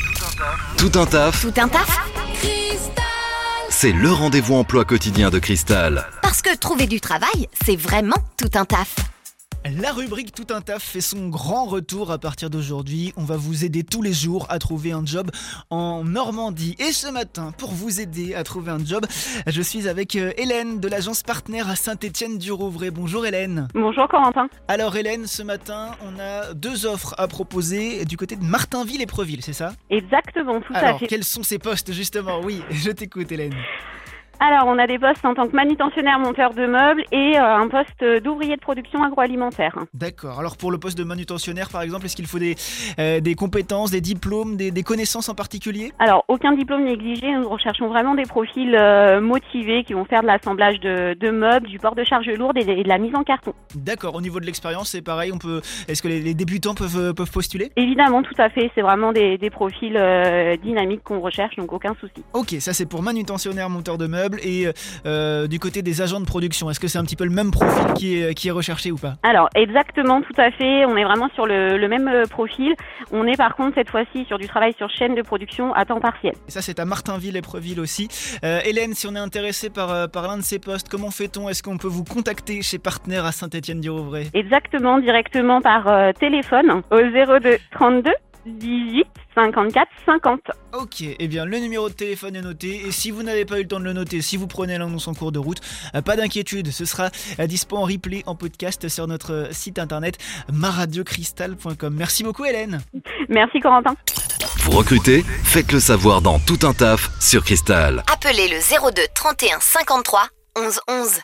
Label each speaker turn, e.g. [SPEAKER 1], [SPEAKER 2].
[SPEAKER 1] Tout un taf,
[SPEAKER 2] Tout un taf
[SPEAKER 1] c'est le rendez-vous emploi quotidien de Cristal.
[SPEAKER 2] Parce que trouver du travail, c'est vraiment tout un taf.
[SPEAKER 3] La rubrique Tout un taf fait son grand retour à partir d'aujourd'hui. On va vous aider tous les jours à trouver un job en Normandie. Et ce matin, pour vous aider à trouver un job, je suis avec euh, Hélène de l'agence partenaire à Saint-Étienne-du-Rouvray. Bonjour Hélène.
[SPEAKER 4] Bonjour Corentin.
[SPEAKER 3] Alors Hélène, ce matin, on a deux offres à proposer du côté de Martinville et Preville, c'est ça
[SPEAKER 4] Exactement, tout à
[SPEAKER 3] Alors,
[SPEAKER 4] fait.
[SPEAKER 3] quels sont ces postes justement Oui, je t'écoute Hélène.
[SPEAKER 4] Alors, on a des postes en tant que manutentionnaire monteur de meubles et euh, un poste d'ouvrier de production agroalimentaire.
[SPEAKER 3] D'accord. Alors pour le poste de manutentionnaire par exemple, est-ce qu'il faut des, euh, des compétences, des diplômes, des- des connaissances en particulier
[SPEAKER 4] Alors, aucun diplôme n'est exigé. Nous recherchons vraiment des profils euh, motivés qui vont faire de l'assemblage de, de meubles, du port de charges lourdes et de, et de la mise en carton.
[SPEAKER 3] D'accord, au niveau de l'expérience, c'est pareil, on peut est-ce que les, les débutants peuvent, euh, peuvent postuler
[SPEAKER 4] Évidemment, tout à fait. C'est vraiment des, des profils euh, dynamiques qu'on recherche, donc aucun souci.
[SPEAKER 3] Ok, ça c'est pour manutentionnaire, monteur de meubles et euh, du côté des agents de production, est-ce que c'est un petit peu le même profil qui est, qui est recherché ou pas
[SPEAKER 4] Alors, exactement, tout à fait. On est vraiment sur le, le même euh, profil. On est par contre cette fois-ci sur du travail sur chaîne de production à temps partiel.
[SPEAKER 3] Et ça c'est à Martinville et Preville aussi. Euh, Hélène, si on est intéressé par, euh, par l'un de ces postes, comment fait-on Est-ce qu'on peut vous contacter chez Partenaire à Saint-Étienne-du-Rouvray
[SPEAKER 4] Exactement, directement par euh, téléphone au 02 32 18 54 50.
[SPEAKER 3] Ok, eh bien le numéro de téléphone est noté et si vous n'avez pas eu le temps de le noter, si vous prenez l'annonce en cours de route, euh, pas d'inquiétude, ce sera euh, dispo en replay, en podcast sur notre euh, site internet maradiocristal.com. Merci beaucoup Hélène
[SPEAKER 4] Merci Corentin.
[SPEAKER 1] Vous recrutez Faites le savoir dans Tout un taf sur Cristal.
[SPEAKER 2] Appelez le 02 31 53 11 11.